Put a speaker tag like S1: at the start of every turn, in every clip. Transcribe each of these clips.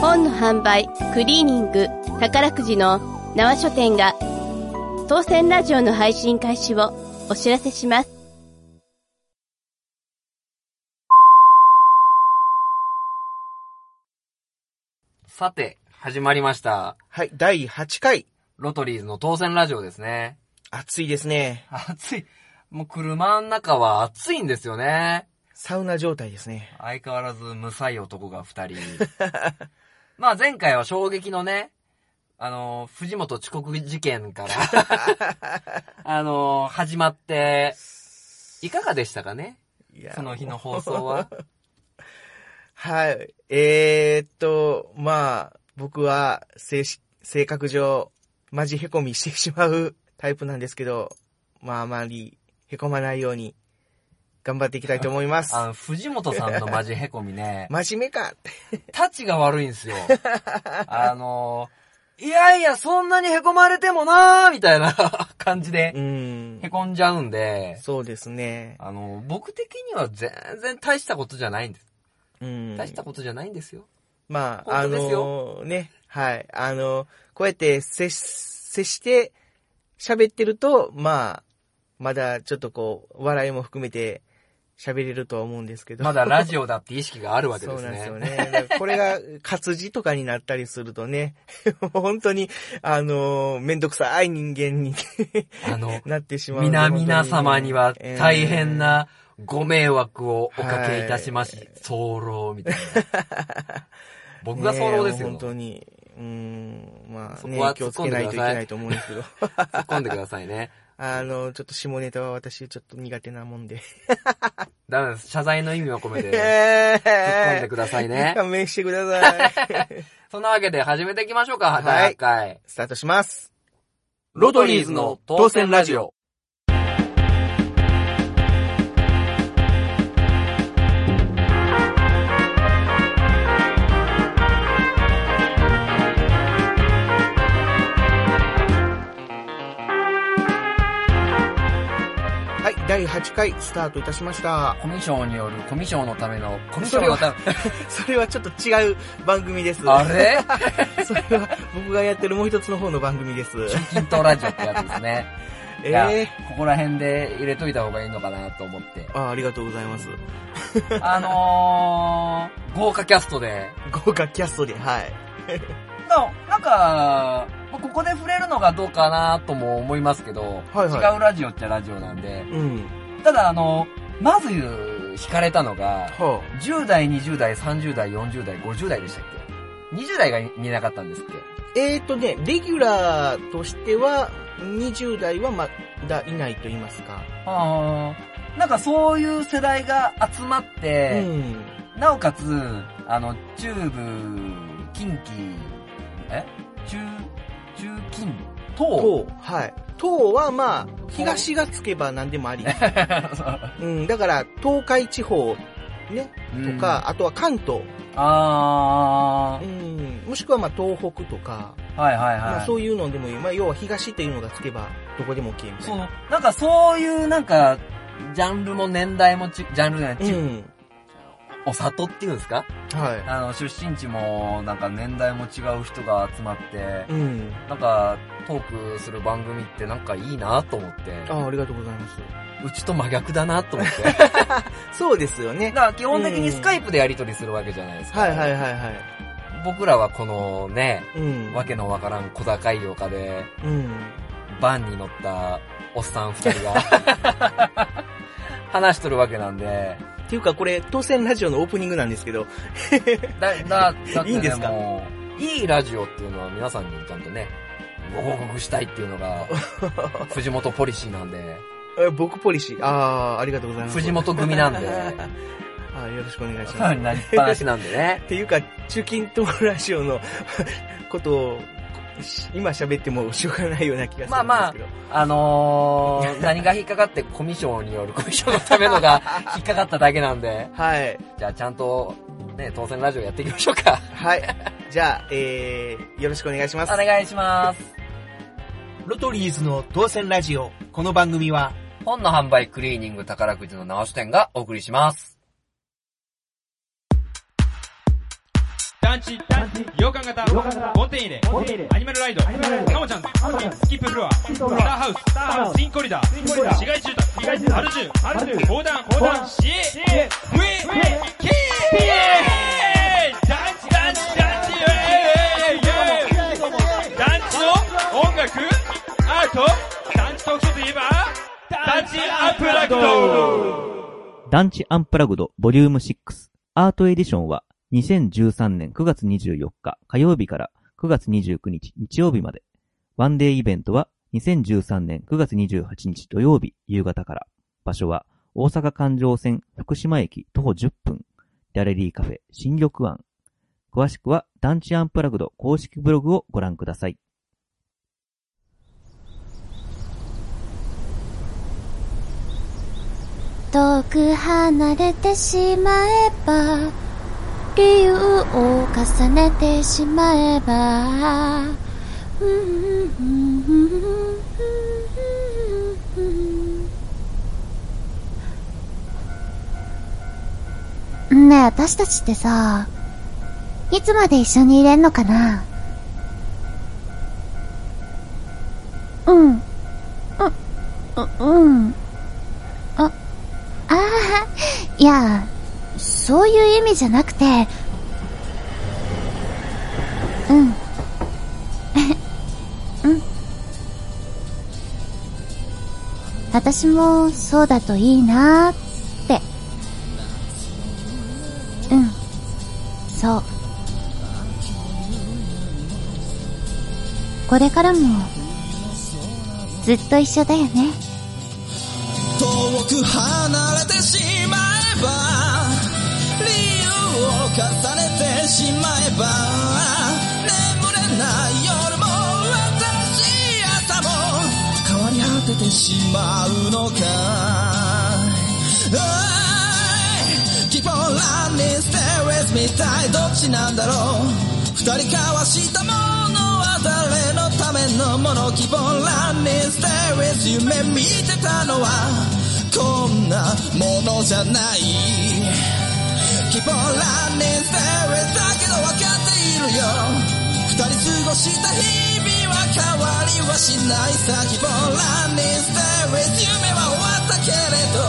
S1: 本の販売、クリーニング、宝くじの縄書店が、当選ラジオの配信開始をお知らせします。
S2: さて、始まりました。
S3: はい、第8回。
S2: ロトリーズの当選ラジオですね。
S3: 暑いですね。
S2: 暑い。もう車の中は暑いんですよね。
S3: サウナ状態ですね。
S2: 相変わらずむさい男が二 人。まあ前回は衝撃のね、あの、藤本遅刻事件から、 あの、始まって、いかがでしたかね
S3: いや
S2: その日の放送は。
S3: はい。えー、っと、まあ、僕は、性し、性格上、マジへこみしてしまう タイプなんですけど、まあ、あまり、へこまないように、頑張っていきたいと思いま す。
S2: あの、藤本さんのマジへこみね、
S3: 真面目か
S2: タチが悪いんですよ。 あの、いやいや、そんなに凹まれてもなー、みたいな 感じ
S3: う
S2: で、
S3: ん。
S2: 凹んじゃうんで、
S3: そうですね。
S2: あの、僕的には全然大したことじゃないんです。
S3: うん。
S2: 大したことじゃないんですよ。
S3: まあ、あ
S2: 本当です
S3: のね、はい。あのこうやって接し、接して、喋ってると、まあ、まだちょっとこう、笑いも含めて喋れるとは思うんですけど。
S2: まだラジオだって意識があるわけ
S3: そ
S2: で
S3: う
S2: す
S3: なんですよ
S2: ね。
S3: ね。だからこれが活字とかになったりするとね、 本当に、あのめんどくさい人間に
S2: あの、
S3: なってしまう。
S2: 皆々様には大変
S3: えー
S2: なご迷惑をおかけいたしまし、早漏 みたいな。僕が早漏ですよ。
S3: ねえもう本当
S2: 突っ
S3: に。うん、まあ、
S2: そ
S3: ね
S2: こは、
S3: 気
S2: 突っ
S3: をつ
S2: 込ん
S3: け
S2: でください
S3: ないといけないと思うんですけど。
S2: 込んでくださいね。
S3: あの、ちょっと下ネタは私ちょっと苦手なもんで。
S2: ダメです。謝罪の意味を込め
S3: え
S2: て、
S3: え
S2: 突っ込んでくださいね。
S3: 勘弁してくだ さい。
S2: そんなわけで始めていきましょうか、
S3: はい
S2: 第8回。
S3: スタートします。
S2: ロトリーズの当選ラジオ。
S3: はい、第8回スタートいたしました。
S2: コミションによるコミションのための、コミションのため、
S3: それはちょっと違う番組です。
S2: あれ
S3: それは僕がやってるもう一つの方の番組です。
S2: ヒントラジオってやつです ね。いや
S3: ええ
S2: ここら辺で入れといた方がいいのかなと思って。
S3: あありがとうございます。
S2: あのー、豪華キャストで。
S3: 豪華キャストで、はい。
S2: ななんか、まあここで触れるのがどうかなとも思いますけど、
S3: はいはい
S2: 違うラジオっちゃラジオなんで、
S3: うん。
S2: ただあの、まず惹かれたのが、
S3: は
S2: 10代、20代、30代、40代、50代でしたっけ ?20 代が見えなかったんですっけ
S3: あ、えっ、ー、とね、レギュラーとしては、20代はまだいないと言いますか。
S2: ああ。なんかそういう世代が集まって、
S3: うん。
S2: なおかつ、あの、中部、近畿、え中、中近、 東
S3: 党、はい。党はまあ、東がつけば何でもあ り。うん、だから、東海地方、ね、とか、、あとは関
S2: う
S3: 東、
S2: んあ
S3: うん、もしくはまあ東北とか、
S2: あ、はいはいはい。
S3: まあ
S2: そ
S3: そうういうのでもいい。まあ要は東っていうのがつけば、どこでも OK みたいな。
S2: なんかそういうなんか、ジャンルも年代もち、ジャンルじゃない、ち
S3: ん。
S2: お里っていうんですか
S3: は
S2: あの、出身地も、なんか年代も違う人が集まって
S3: い。う、ん。
S2: なんか、トークする番組ってなんかいいなと思って。
S3: ああ、ありがとうございます。
S2: うちと真逆だなと思って。
S3: そうですよ
S2: だ
S3: ね。
S2: から基本的にスカイプでやり取りするわけじゃないですか。
S3: はいはいはいはい。
S2: 僕らはこのね、
S3: うん。
S2: わけのわからん小高い丘で、
S3: うん。
S2: バンに乗ったおっさん二人が、 話しとるわけなんで、
S3: っていうかこれ、当選ラジオのオープニングなんですけど、
S2: だ、だ、だってね
S3: いいんですか
S2: もう、いいラジオっていうのは皆さんにちゃんとね、ご報告したいっていうの が、藤本ポリシーなんで、
S3: え僕ポリシー。ああ、ありがとうございます。
S2: 藤本組なん で、
S3: ああ、よろしくお願いし
S2: な
S3: ます
S2: り。っぱなしなんでね。
S3: っていうか、中近東ラジオの ことを、し今喋ってもしょうがないような気がするんですけど。
S2: まあまああの ー、何が引っかかってコミションによるコミションのための が引っかかっただけなんで、
S3: はい。
S2: じゃあちゃんと、ね、当選ラジオやっていきましょうか。
S3: はい。じゃあ、えー、よろしくお願いし ま
S2: お願いします。
S3: ロトリーズの当選ラジオ。この番組は、
S2: 本の販売クリーニング宝くじの直し店がお送りします。
S3: ダ
S4: 団地、洋館型、梵天入れ、アニマルライド、カモちゃん、スキップフロア、スターハウス、ツインコリダー、市街住宅、アルジュ、横断、市営、ウェイ、キー団地、団地、団地、ウェイ、イェイ、団地の音楽、アート、団地特徴といえば、団地アップラグド
S5: 団地アンプラグドボリューム6アートエディションは2013年9月24日火曜日から9月29日日曜日まで。ワンデーイベントは2013年9月28日土曜日夕方から。場所は大阪環状線福島駅徒歩10分。ギャレリーカフェ新緑湾。詳しくは団地アンプラグド公式ブログをご覧ください。
S6: 遠く離れてしまえば理由を重ねてしまえばねえ私たちってさいつまで一緒にいれんのかなうんうううんああ、いや、そういう意味じゃなくて、うん。 うん。私もそうだといいなーって。うん。そう。これからも、ずっと一緒だよね。
S7: 遠く離れてしまえば理由を重ねてしまえば眠れない夜も私朝も変わり果ててしまうのかおい Keep on running, stay with me 一体どっちなんだろう二人交わしたものは誰のためのもの希望 running, stay with you 夢見てたのはこんなものじゃない Keep on running, stay with だけどわかっているよ二人過ごした日々は変わりはしないさ Keep on running, stay with 夢は終わったけれど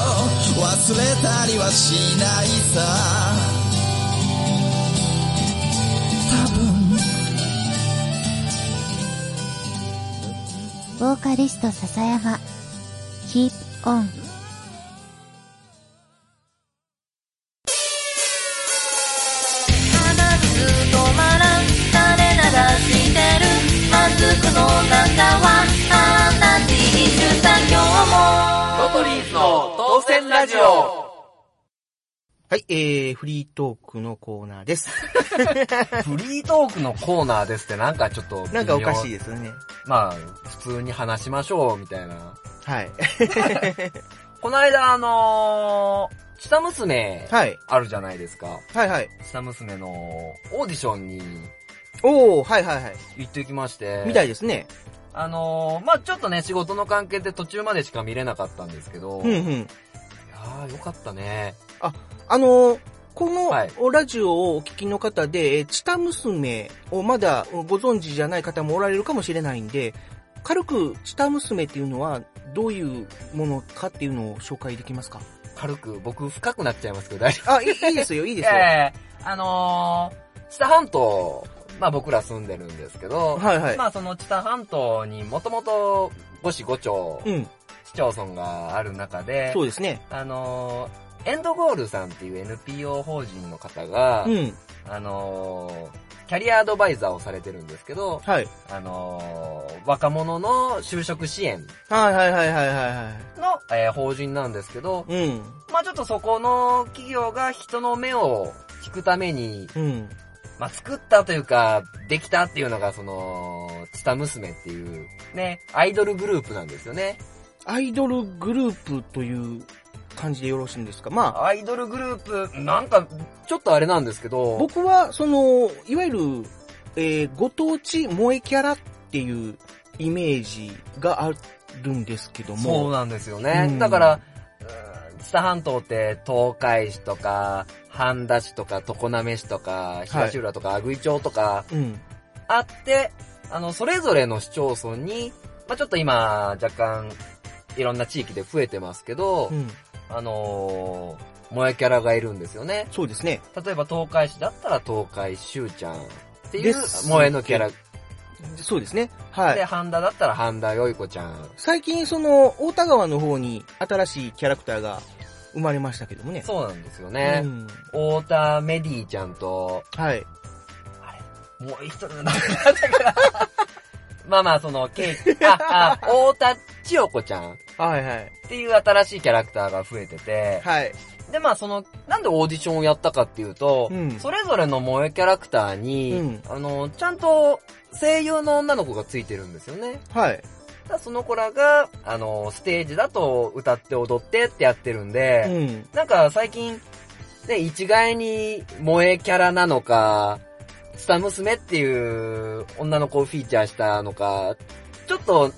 S7: 忘れたりはしないさ
S6: ボーカリスト笹山 Keep on
S2: ロトリーズの当選ラジオ
S3: はい、えー、フリートークのコーナー です。
S2: フリートークのコーナーですってなんかちょっと微妙。
S3: なんかおかしいですね。
S2: まあ、普通に話しましょう、みたいな。
S3: はい。
S2: この間、あのー、下娘、
S3: はい。
S2: あるじゃないですか。
S3: はいはい。
S2: 下娘のオーディションに
S3: おー、はいはいはい。
S2: 行ってきまして。
S3: みたいですね。
S2: あのー、まあちょっとね、仕事の関係で途中までしか見れなかったんですけど。
S3: うんう
S2: いや
S3: ん。
S2: ー、よかったね。
S3: あのーこ
S2: はい
S3: のラジオをお聞きの方で、えーチタ娘をまだご存知じゃない方もおられるかもしれないんで、軽くチタ娘っていうのはどういうものかっていうのを紹介できますか
S2: 軽く、僕深くなっちゃいますけど、大丈夫
S3: あ、いいいいですよ、いい
S2: い
S3: ですよ。
S2: やいやあのー、知多半島、まあ僕ら住んでるんですけど、
S3: はいはい。
S2: まあその知多半島にもともと五市五町、
S3: うん、
S2: 市町村がある中で、
S3: そうですね。
S2: あのー、エンドゴールさんっていう NPO 法人の方が、
S3: うん、
S2: あのー、キャリアアドバイザーをされてるんですけど、
S3: はい。
S2: あのー、若者の就職支援
S3: はいはいはいはいはいは
S2: の、えー法人なんですけど、
S3: い。うん、
S2: まあちょっとそこの企業が人の目を引くために、
S3: うん、
S2: まあ作ったというか、できたっていうのが、その、ツタ娘っていう、ね、アイドルグループなんですよね。
S3: アイドルグループという感じでよろしいんですかまあ、
S2: アイドルグループ、なんか、ちょっとあれなんですけど、
S3: 僕は、その、いわゆる、えーご当地萌えキャラっていうイメージがあるんですけど
S2: そう
S3: も、
S2: なんですよね。
S3: うん
S2: だから、うーん知多半島って東海市とか、半田市とか、常滑市とか、東浦とか、阿久比町とか、
S3: うん。
S2: あって、あの、それぞれの市町村に、まあちょっと今、若干、いろんな地域で増えてますけど、
S3: うん。
S2: あのー、萌えキャラがいるんですよね。
S3: そうですね。
S2: 例えば東海市だったら東海しゅうちゃんってい
S3: で
S2: う
S3: す
S2: 萌えのキャラ。
S3: そうですね。は
S2: で、
S3: い。
S2: ハンダだったらハンダよいこちゃん。
S3: 最近、その、大田川の方に新しいキャラクターが生まれましたけどもね。
S2: そうなんですよ
S3: う
S2: ね。
S3: ん。
S2: 太田メディちゃんと、
S3: はい。
S2: もう一人の名前だったから。 まあまあ、その、ケーキ、あ、あ、太田千代子ちゃんっ
S3: はいはい。
S2: ていう新しいキャラクターが増えてて、
S3: はい。
S2: でまあその、なんでオーディションをやったかっていうと、
S3: うん
S2: それぞれの萌えキャラクターに、
S3: うん
S2: あの、ちゃんと声優の女の子がついてるんですよね。
S3: はい。
S2: ただその子らが、あの、ステージだと歌って踊ってってやってるんで、
S3: うん。
S2: なんか最近、ね、一概に萌えキャラなのか、スタ娘っていう女の子をフィーチャーしたのか、ちょっと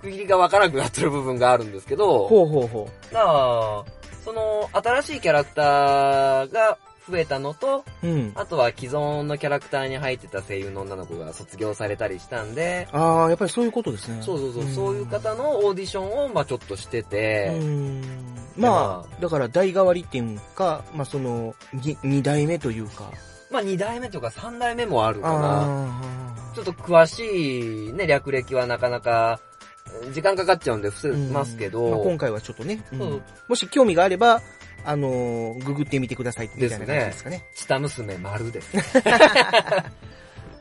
S2: 区切りがわからなくなってる部分があるんですけど、
S3: ほうほうほ
S2: なあ、その新しいキャラクターが増えたのと、
S3: う。うん。
S2: あとは既存のキャラクターに入ってた声優の女の子が卒業されたりしたんで、
S3: ああ、やっぱりそういうことですね。
S2: そうそうそう、
S3: ん
S2: そういう。方のオーディションを、まあちょっとして
S3: う
S2: て、
S3: ん。
S2: ま
S3: ま
S2: あ
S3: あ、だから代替わりっていうか、まあその、に二代目というか。
S2: まあ2代目とか3代目もあるかな。
S3: あ
S2: ちょっと詳しいね、略歴はなかなか、時間かかっちゃうんで伏せ
S3: ー
S2: ますけ
S3: うんまあ
S2: ど、
S3: 今回はちょっとね、うん
S2: そう
S3: もし興味があれば、あのーググってみてくださいみたいな感じですかね。
S2: チタ娘丸です。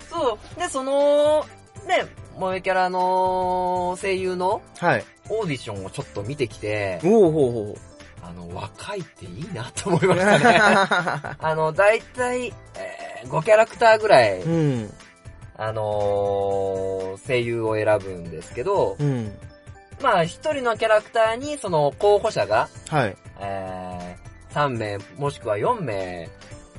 S2: そう。で、その、ね、萌えキャラの声優の
S3: はい。
S2: オーディションをちょっと見てきて、
S3: おおほうほう
S2: あの、若いっていいなと思いましたね。
S3: ほ
S2: あの、だいたい、えー5キャラクターぐらい、
S3: う。うん。
S2: あのー声優を選ぶんですけど、
S3: うん。
S2: まあ一人のキャラクターにその候補者が、
S3: はい。
S2: えー、3名もしくは4名、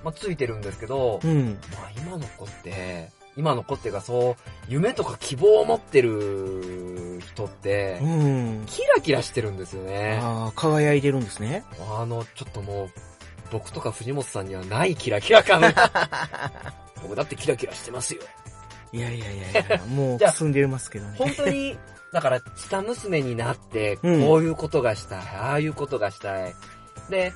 S2: まあ、ついてるんですけど、
S3: うん。
S2: まあ今の子って、今の子っていうかそう、夢とか希望を持ってる人って
S3: う、ん。
S2: キラキラしてるんですよね。
S3: ああ、輝いてるんですね。
S2: あの、ちょっともう、僕とか藤本さんにはないキラキラ感が。僕だってキラキラしてますよ。
S3: いやいやいやいや、もう
S2: じゃあ
S3: くすんでますけどね。
S2: 本当に、 だから、下娘になって、
S3: うん
S2: こういうことがしたい、ああいうことがしたい。で、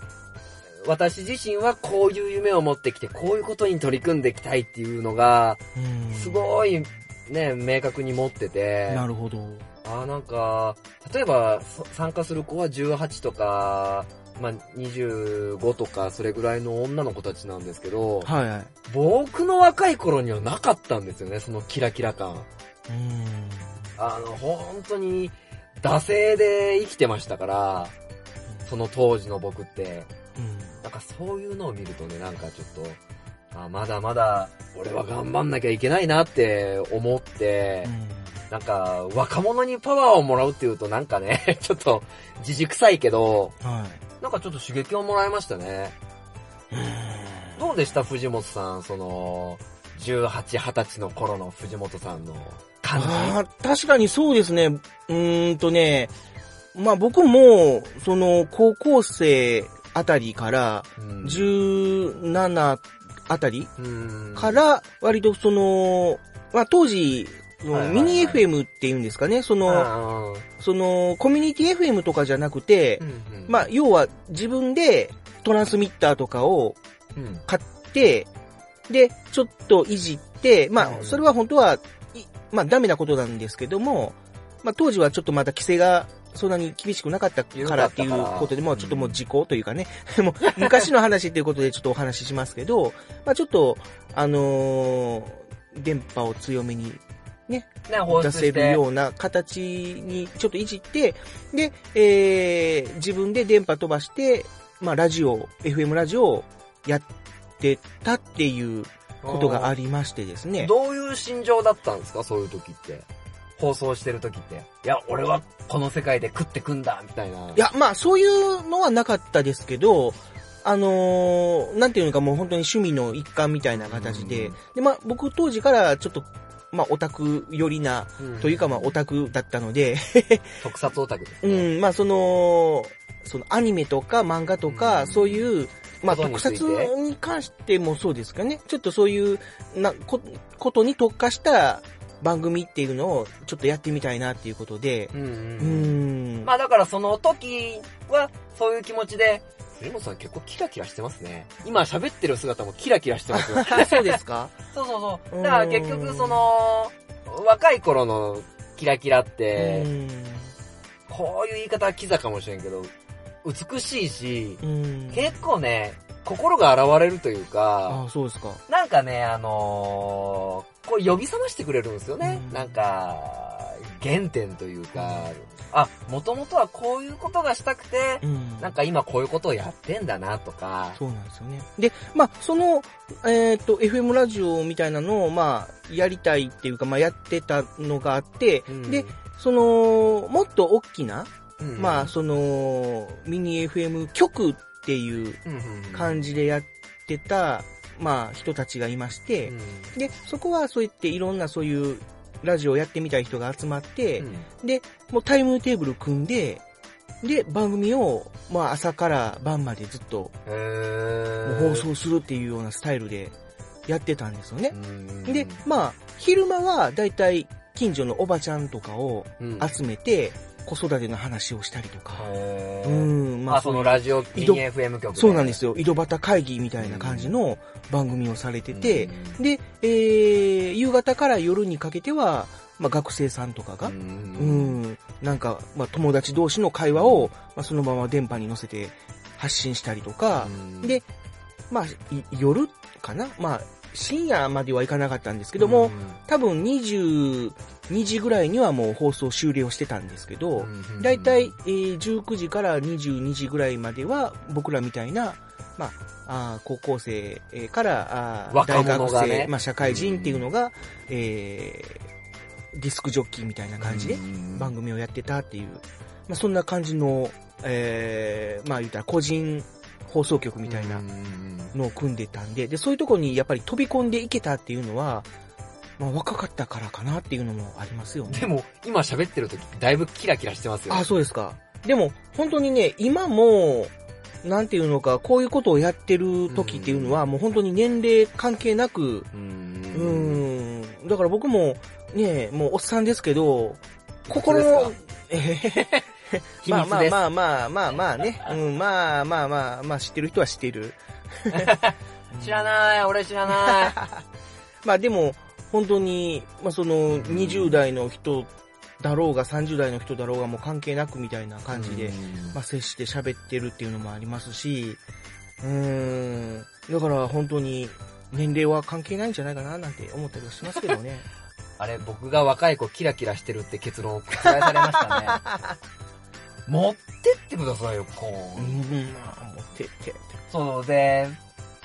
S2: 私自身はこういう夢を持ってきて、こういうことに取り組んでいきたいっていうのが、
S3: うん
S2: すごい、ね、明確に持ってて、
S3: なるほど。
S2: ああ、なんか、例えば、そ参加する子は18とか、まあ、25とか、それぐらいの女の子たちなんですけど、
S3: はいはい。
S2: 僕の若い頃にはなかったんですよね、そのキラキラ感。
S3: うん。
S2: あの、本当に、惰性で生きてましたから、その当時の僕って。
S3: うん。
S2: なんかそういうのを見るとね、なんかちょっと、あまだまだ俺は頑張んなきゃいけないなって思って、なんか若者にパワーをもらうっていうとなんかね、 ちょっと自軸臭いけど、
S3: はい。
S2: なんかちょっと刺激をもらいましたね。どうでした藤本さん、その、18、20歳の頃の藤本さんの感じ。
S3: あー確かにそうですね。うーんとね、まあ僕も、その、高校生あたりから、
S2: うん
S3: 17あたり
S2: うん
S3: から、割とその、まあ当時、
S2: はいはいは
S3: ミ
S2: い
S3: ニ FM っていうんですかね、その、
S2: あー
S3: その、コミュニティ FM とかじゃなくて
S2: う、んうん
S3: まあ要は自分でトランスミッターとかを
S2: うん
S3: 買って、で、ちょっといじって、ま
S2: うん
S3: あ、それは本当は、いまあ、ダメなことなんですけども、まあ、当時はちょっとまだ規制が、そんなに厳しくなかったからっていうことで、
S2: 緩かったから
S3: まあ、ちょっともう
S2: うん
S3: 時効というかね、 もう昔の話っていうことでちょっとお話ししますけど、まあ、ちょっと、あのー電波を強めに
S2: ね、放出
S3: 出
S2: して
S3: せるような形にちょっといじって、で、えー、自分で電波飛ばして、まあ、ラジオ、FM ラジオをやってたっていうことがありましてですね。
S2: どういう心情だったんですかそういう時って。放送してる時って。いや、俺はこの世界で食ってくんだみたいな。
S3: い、や、まあ、そういうのはなかったですけど、あのーなんていうのかもう本当に趣味の一環みたいな形で、
S2: うん
S3: で、まあ、僕当時からちょっと、まあ、オタク寄りな、というかまあ、オタクだったので、
S2: 特撮オタクです
S3: う
S2: ね。
S3: ん、まあその、そのアニメとか漫画と
S2: う
S3: か、
S2: ん
S3: そういう、まあ、
S2: ことに
S3: 特
S2: ついて
S3: 撮に関してもそうですかね。ちょっとそういう、な、こ、ことに特化した番組っていうのを、ちょっとやってみたいなっていうことで、
S2: うんうん
S3: うーん。
S2: まあだからその時は、そういう気持ちで、杉本さん結構キラキラしてますね。今喋ってる姿もキラキラしてます よ。
S3: あ、そうですか
S2: そうそうそうう。
S3: ん
S2: だから結局その、若い頃のキラキラっ
S3: う
S2: て、
S3: ーん。
S2: こういう言い方はキザかもしれんけど、美しいし、
S3: うーん。
S2: 結構ね、心が現れるというか、
S3: あ、そうですか。
S2: なんかね、あのーこう呼び覚ましてくれるんですよね。
S3: うん
S2: なんか、原点というか、あ、もともとはこういうことがしたくて
S3: う、ん。
S2: なんか今こういうことをやってんだなとか、
S3: そうなんですよね。で、まあ、その、えっ、と、FM ラジオみたいなのを、まあ、やりたいっていうか、まあ、やってたのがあって、
S2: うん
S3: で、その、もっと大きな、
S2: うん
S3: まあ、、その、ミニ FM 局っていう
S2: うんうんうん
S3: 感じでやってた、まあ、人たちがいまして、
S2: うん
S3: で、そこはそういっていろんなそういう、ラジオをやってみたい人が集まって、
S2: うん
S3: もうタイムテーブル組んで、で、番組を、まあ朝から晩までずっと
S2: へー
S3: 放送するっていうようなスタイルでやってたんですよね。
S2: うん
S3: で、まあ、昼間はだいたい近所のおばちゃんとかを
S2: うん
S3: 集めて、子育ての話をしたりとか。
S2: へ
S3: う
S2: ー
S3: ん、ま
S2: ま
S3: あ
S2: あ、その
S3: そういう
S2: ラジオミニ FM 局
S3: そうなんですすよ。井戸端会議みたいな感じの番組をされてて、で、えー、夕方から夜にかけては、まあ、学生さんとかが、う
S2: うん
S3: ん、なんか、まあ、友達同士の会話を、まあ、そのまま電波に乗せて発信したりとか、で、まあ、い夜かなまあ、深夜まではいかなかったんですけども、多分22時ぐらいにはもう放送終了してたんですけど、だいたい、えー19時から22時ぐらいまでは僕らみたいな、まあ、あー高校生えーからあー
S2: 若
S3: 大
S2: 者
S3: 学
S2: がね
S3: 生、まあ、社会人っていうのが、えーディスクジョッキーみたいな感じで番
S2: 組
S3: 組をやってたっていう、まあ、そんな感じの、えーまあ言ったら個人放送局みたいなのを組んでたんで、で、そういうとこにやっぱり飛び込んでいけたっていうのは、まあ若かったからかなっていうのもありますよね。
S2: でも、今喋ってる時、だいぶキラキラしてますよ。
S3: あ、そうですか。でも、本当にね、今も、なんていうのか、こういうことをやってる時っていうのは、もう本当に年齢関係なく、
S2: う
S3: うー
S2: ん。
S3: ん、だから僕も、ね、もうおっさんですけど、心
S2: 本当
S3: の
S2: で、
S3: えへへへ
S2: 秘
S3: まあ
S2: 密
S3: まあ
S2: です。
S3: まあまあまあま あね。うん、まあまあまあまあ知ってる人は知ってる。
S2: 知らない、俺知らない。
S3: まあでも、本当に、まあその、
S2: ん
S3: 20代の人だろうが30代の人だろうがもう関係なくみたいな 感じで、まあ接して喋ってるっていうのもありますし、うーん、だから本当に年齢は関係ないんじゃないかななんて思ったりはしますけどね。
S2: あれ、僕が若い子キラキラしてるって結論を覆されました ね。持ってってくださいよ、こ
S3: う
S2: う。
S3: ん、まあ、持ってって。
S2: そうで、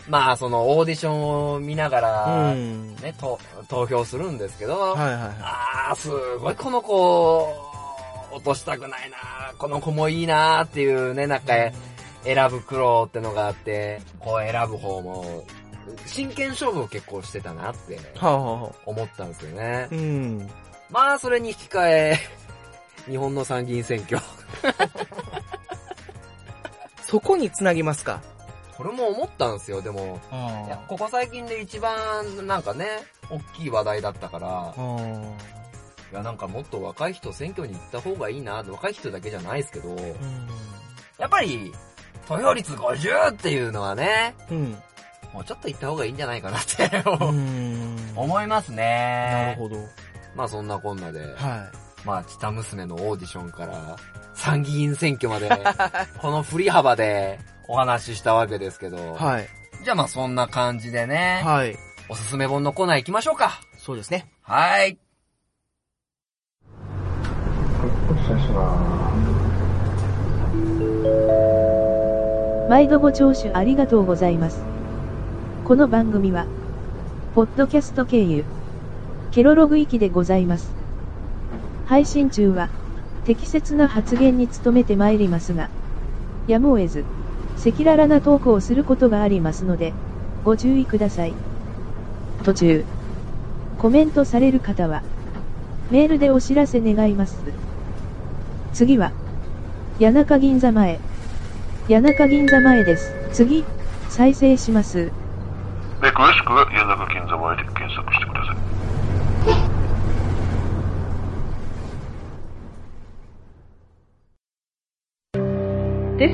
S2: まあ、そのオーディションを見ながら、
S3: うん。
S2: ね、と投票するんですけど、
S3: はいはいは
S2: あー、すごいこの子、落としたくないなこの子もいいなっていうね、なんか、選ぶ苦労ってのがあって、こう選ぶ方も、真剣勝負を結構してたなって
S3: い。はあ、はあ、
S2: 思ったんですよね
S3: う。ん。
S2: まあ、それに引き換え、 日本の参議院選挙。
S3: そこにつなぎますか。
S2: これも思ったんですよ、でも。いや
S3: あ
S2: ここ最近で一番、なんかね、大きい話題だったから、
S3: あ。
S2: いや、なんかもっと若い人選挙に行った方がいいな、若い人だけじゃないですけど、やっぱり、投票率50っていうのはね、
S3: うん。
S2: もうちょっと行った方がいいんじゃないかなって、
S3: うん。
S2: 思います
S3: な
S2: ね。
S3: るほど。
S2: まあそんなこんなで、
S3: は
S2: まあ、チタ娘のオーディションから、参議院選挙ま で、この振り幅でお話ししたわけですけど、
S3: い。はい。
S2: じゃあまあそんな感じでね、
S3: はい。
S2: おすすめ本のコーナー行きましょうか。
S3: そうですね。
S2: はい。
S8: 毎度ご聴取ありがとうございます。この番組は、ポッドキャスト経由、ケロログ域でございます。配信中は、適切な発言に努めてまいりますが、やむを得ず、赤裸々なトークをすることがありますので、ご注意ください。途中、コメントされる方は、メールでお知らせ願います。次は、谷中銀座前、谷中銀座前です。次、再生します。
S9: で、詳しくは、谷中金座前で検索してください。
S10: This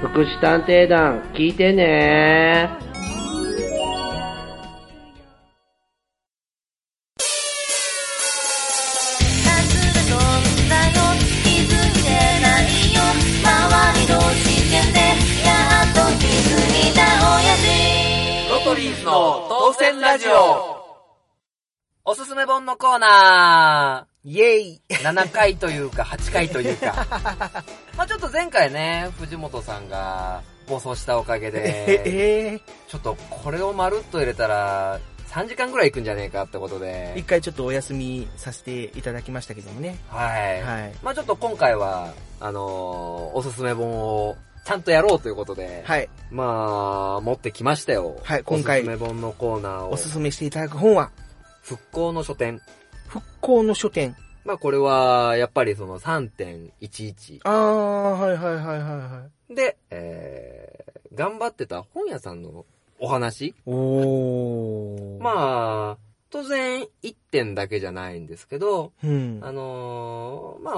S11: 福祉探偵団、聞いてね
S6: あずれとんだよ気づいてないよ周りの視点でやっと気づいた親父
S2: ロトリーズの当選ラジオおすすめ本のコーナ
S3: イェイ
S2: ー !7 回というか8回という か。まあちょっと前回ね、藤本さんが放送したおかげで、
S3: え
S2: ちょっとこれをまるっと入れたら3時間ぐらいいくんじゃねえかってこと
S3: ー、一
S2: で、
S3: 回ちょっとお休みさせていただきましたけどもね。
S2: はい。
S3: はい
S2: まあちょっと今回は、あのーおすすめ本をちゃんとやろうということで、
S3: はい。
S2: まあ持ってきましたよ。
S3: はい今回
S2: おすすめ本のコーナーを。
S3: おすすめしていただく本は、
S2: 復興の書店。
S3: 復興の書店。
S2: まあこれは、やっぱりその3.11
S3: あー、はいはいはいはいはい。
S2: で、えー、頑張ってた本屋さんのお話
S3: おー。あ、
S2: まあ、当然1点だけじゃないんですけど、
S3: うん。
S2: あのーまあ、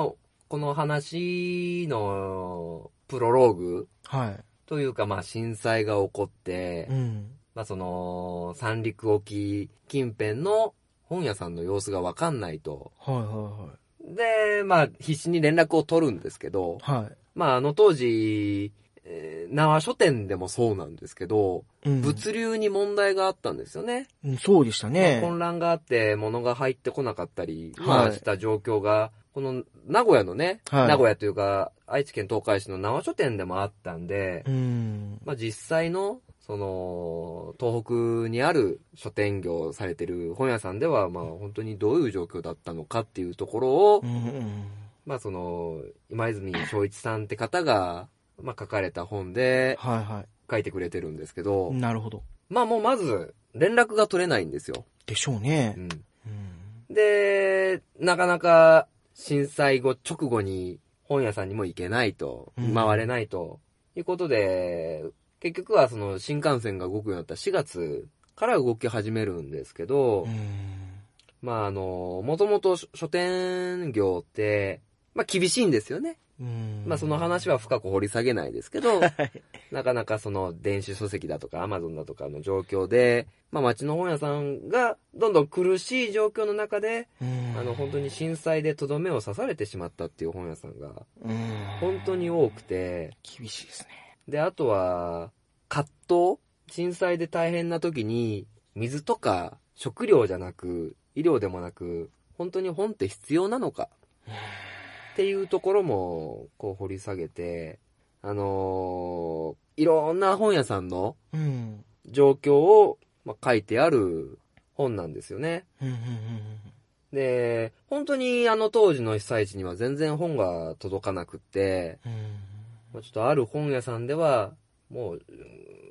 S2: この話のプロローグ
S3: は
S2: というかまあ震災が起こって
S3: い。う、ん。
S2: まあその、三陸沖近辺の本屋さんの様子がわかんないと。
S3: はいは
S2: で、まあ必死に連絡を取るんですけど、
S3: いはい。は
S2: まああの当時、えー、縄書店でもそうなんですけど、
S3: い。うん。
S2: 物流に問題があったんですよね。
S3: うんそうでしたね。
S2: 混乱があって物が入ってこなかったり、
S3: はい
S2: まあした状況が、この名古屋のね、
S3: はい
S2: 名古屋というか愛知県東海市の縄書店でもあったんで、
S3: うん。
S2: まあ実際の、その、東北にある書店業をされてる本屋さんでは、まあ本当にどういう状況だったのかっていうところを、
S3: うんうん。
S2: まあその、今泉昭一さんって方が、まあ書かれた本で
S3: はいは
S2: 書いてくれてるんですけど
S3: い。、なるほど。
S2: まあもうまず連絡が取れないんですよ。
S3: でしょうね
S2: う。ん
S3: うん。
S2: で、なかなか震災後直後に本屋さんにも行けないと、
S3: うん
S2: 回れないと、いうことで、結局はその新幹線が動くようになった4月から動き始めるんですけど、
S3: うん。
S2: まああの、もともと書店業って、まあ厳しいんですよね。
S3: うん
S2: まあその話は深く掘り下げないですけど、なかなかその電子書籍だとか Amazon だとかの状況で、まあ町の本屋さんがどんどん苦しい状況の中で、
S3: うん
S2: あの、本当に震災でとどめを刺されてしまったっていう本屋さんが、
S3: うん
S2: 本当に多くて、
S3: 厳しいですね。
S2: で、あとは、葛藤震災で大変な時に、水とか食料じゃなく、医療でもなく、本当に本って必要なのかっていうところも、こう掘り下げて、あのーいろんな本屋さんの
S3: うん。
S2: 状況を、まあ書いてある本なんですよね。
S3: うんうん
S2: で、本当にあの当時の被災地には全然本が届かなくって、
S3: うんうん。
S2: まあちょっとある本屋さんでは、もう、うん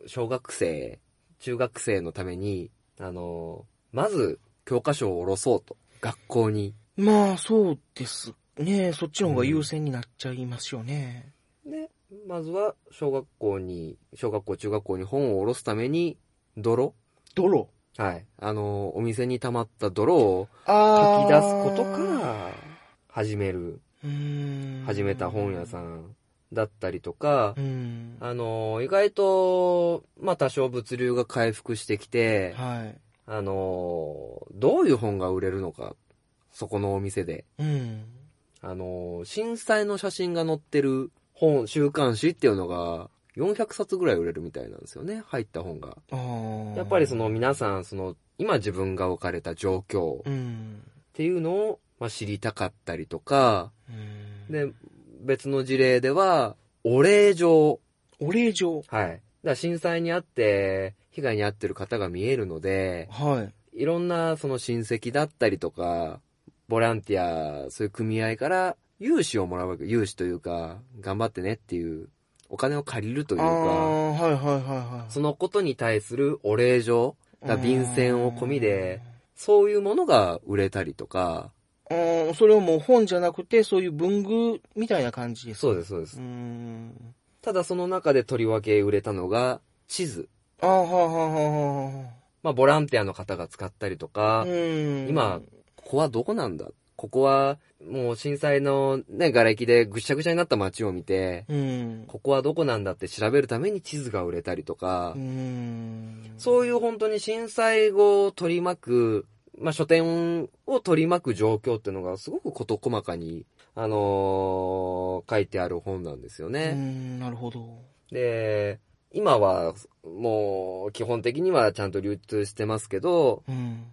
S2: 小学生、中学生のために、あの、まず教科書を下ろそうと。学校に。
S3: うんまあ、そうですね。そっちの方が優先になっちゃいますよね。
S2: で、まずは小学校に、小学校、中学校に本を下ろすために、泥
S3: 泥
S2: はい。あの、お店に溜まった泥を
S3: あ
S2: かき出すことか、
S3: から
S2: 始める、
S3: うん。
S2: 始めた本屋さんだったりとか
S3: う、ん。
S2: あの、意外と、まあ、多少物流が回復してきて、
S3: はい。
S2: あの、どういう本が売れるのか、そこのお店で。
S3: うん。
S2: あの、震災の写真が載ってる本、週刊誌っていうのが、400冊ぐらい売れるみたいなんですよね、入った本が。
S3: あー
S2: やっぱりその、皆さん、その、今自分が置かれた状況っ
S3: うん。
S2: ていうのを、まあ、知りたかったりとか、
S3: うん、
S2: で、別の事例では、お礼状
S3: お礼状。
S2: はい。だから震災にあって、被害に遭ってる方が見えるので、
S3: はい
S2: ろんなその親戚だったりとか、ボランティア、そういう組合から融資をもらうわけ、融資というか、頑張ってねっていう、お金を借りるという
S3: ああ
S2: か、
S3: ー、はいはいはいは
S2: そのことに対するお礼状が便箋を込みで、そういうものが売れたりとか、
S3: い。うん、それをもう本じゃなくて、そういう文具みたいな感じです。
S2: そうです、そうで
S3: う
S2: す
S3: ー。ん。
S2: ただその中でとりわけ売れたのが、地図。
S3: ああ、はあはあはあは
S2: まあ、ボランティアの方が使ったりと
S3: あ。う
S2: か、
S3: ーん。
S2: 今、ここはどこなんだここは、もう震災のね、瓦礫でぐしゃぐしゃになった街を見て、
S3: うん。
S2: ここはどこなんだって調べるために地図が売れたりとか、
S3: うーん。
S2: そういう本当に震災後を取り巻く、まあ、書店を取り巻く状況っていうのがすごく事細かに、あのー書いてある本なんですよ
S3: うー
S2: ね。
S3: ん、なるほど。
S2: で、今はもう基本的にはちゃんと流通してますけど、
S3: うん。